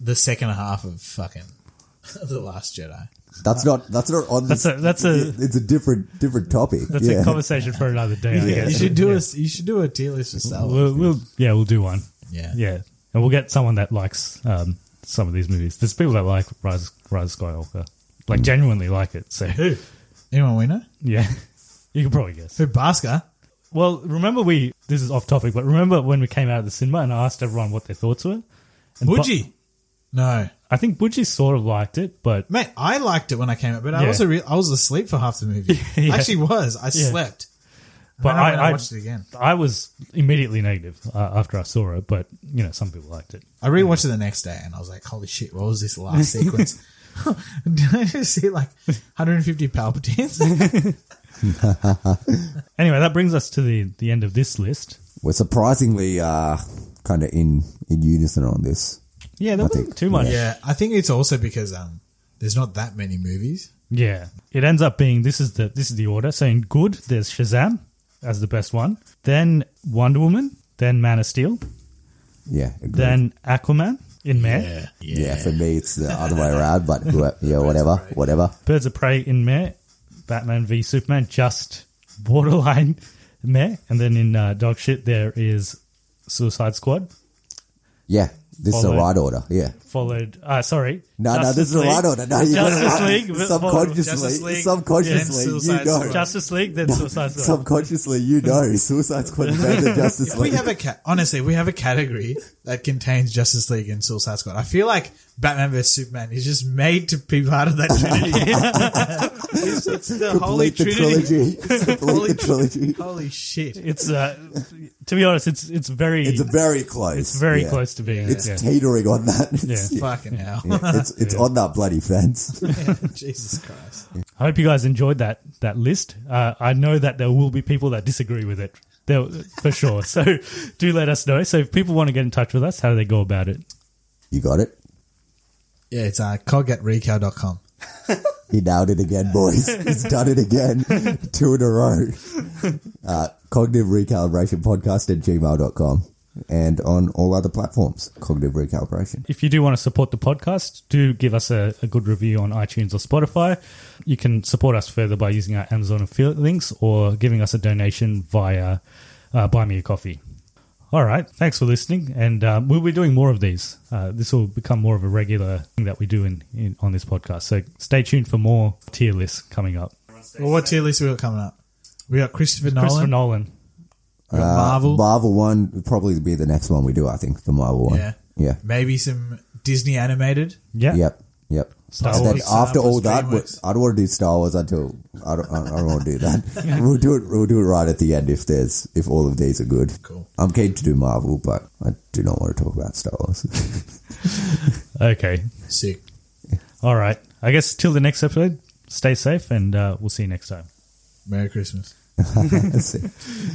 A: the second half of fucking the Last Jedi.
D: That's not that's not on
C: That's
D: this-
C: a- that's a-
D: it's a different different topic.
C: That's
D: yeah.
C: a conversation for another day. I
A: You
C: guess.
A: should do a you should do a tier list for Star Wars.
C: We'll, we'll yeah, we'll do one.
A: Yeah.
C: yeah, and we'll get someone that likes um, some of these movies. There's people that like Rise Rise of Skywalker, like
A: Mm.
C: genuinely like it. So
A: Who? Anyone we know?
C: yeah, you can probably guess.
A: Who? Basker?
C: Well, remember we this is off topic, but remember when we came out of the cinema and I asked everyone what their thoughts were. And
A: Budgie? No,
C: Bu- I think Budgie sort of liked it, but
A: mate. I liked it when I came out, but I
C: Yeah.
A: was a re- I was asleep for half the movie.
C: Yeah.
A: I actually was. I
C: Yeah.
A: slept. And
C: but
A: then went and
C: I, I
A: watched it again.
C: I was immediately negative uh, after I saw it, but you know some people liked it.
A: I rewatched it the next day and I was like, holy shit, what was this last sequence? Did I just see like 150 Palpatines?
C: Anyway, that brings us to the the end of this list.
D: We're surprisingly uh kind of in in unison on this.
C: Yeah, there
D: I
C: wasn't
D: think-
C: too much.
A: yeah, Uh, I think it's also because um, there's not that many movies.
C: Yeah, it ends up being this is the this is the order. So in good, there's Shazam as the best one, then Wonder Woman, then Man of Steel,
D: Yeah. agreed.
C: then Aquaman in May,
D: Yeah. for me it's the other way around, but wha- yeah, whatever, whatever.
C: Birds of Prey in May, Batman v Superman just borderline May, and then in uh, dog shit there is Suicide Squad
D: Yeah, this is the
C: Followed.
D: right order. Yeah,
C: followed. Uh, sorry,
D: no, no, this is the
C: League.
D: right order. No, you got it
C: Justice
D: right.
C: League, followed-
D: subconsciously, subconsciously,
A: Justice League, then
D: you
A: Suicide
D: know,
A: Squad.
C: Justice League, then Suicide Squad.
D: subconsciously, you know, Suicide Squad is better than Justice
A: If we
D: League.
A: have a ca- honestly, if we have a category that contains Justice League and Suicide Squad. I feel like Batman vs Superman is just made to be part of that trinity. it's, it's the holy
D: Complete the
A: trinity.
D: trilogy. Complete the trilogy.
A: Holy shit!
C: It's uh, to be honest, it's it's very
D: It's very close.
C: It's very
D: Yeah.
C: close to being.
D: It's
C: yeah.
D: teetering on that. It's, yeah.
A: Fucking hell!
D: It's, it's on that bloody fence.
A: Jesus Christ!
C: I hope you guys enjoyed that that list. Uh, I know that there will be people that disagree with it, there, for sure. So do let us know. So if people want to get in touch with us, how do they go about it?
D: You got it.
A: Yeah, it's uh, cog at recal.com.
D: He nailed it again, boys. He's done it again. Two in a row. Uh, cognitive recalibration podcast at gmail.com and on all other platforms. Cognitive recalibration.
C: If you do want to support the podcast, do give us a, a good review on iTunes or Spotify. You can support us further by using our Amazon affiliate links or giving us a donation via uh, Buy Me a Coffee. All right, thanks for listening, and um, we'll be doing more of these. Uh, this will become more of a regular thing that we do in, in on this podcast. So stay tuned for more tier lists coming up.
A: Well, what tier list we got coming up? We got Christopher Nolan.
C: Christopher Nolan.
A: We got Marvel.
D: Marvel one would probably be the next one we do, I think. The Marvel one.
A: Yeah.
D: Yeah.
A: Maybe some Disney animated.
C: Yeah.
D: Yep. Yep.
C: Star
D: And then
A: Wars.
D: after
A: Star Wars,
D: all that, we-
A: DreamWorks.
D: I don't want to do Star Wars until I don't, I don't want to do that. We'll do it. We'll do it right at the end if there's if all of these are good.
A: Cool.
D: I'm keen to do Marvel, but I do not want to talk about Star Wars.
C: Okay.
A: Sick.
C: All right. I guess till the next episode, stay safe, and uh, we'll see you next time.
A: Merry Christmas.
D: So-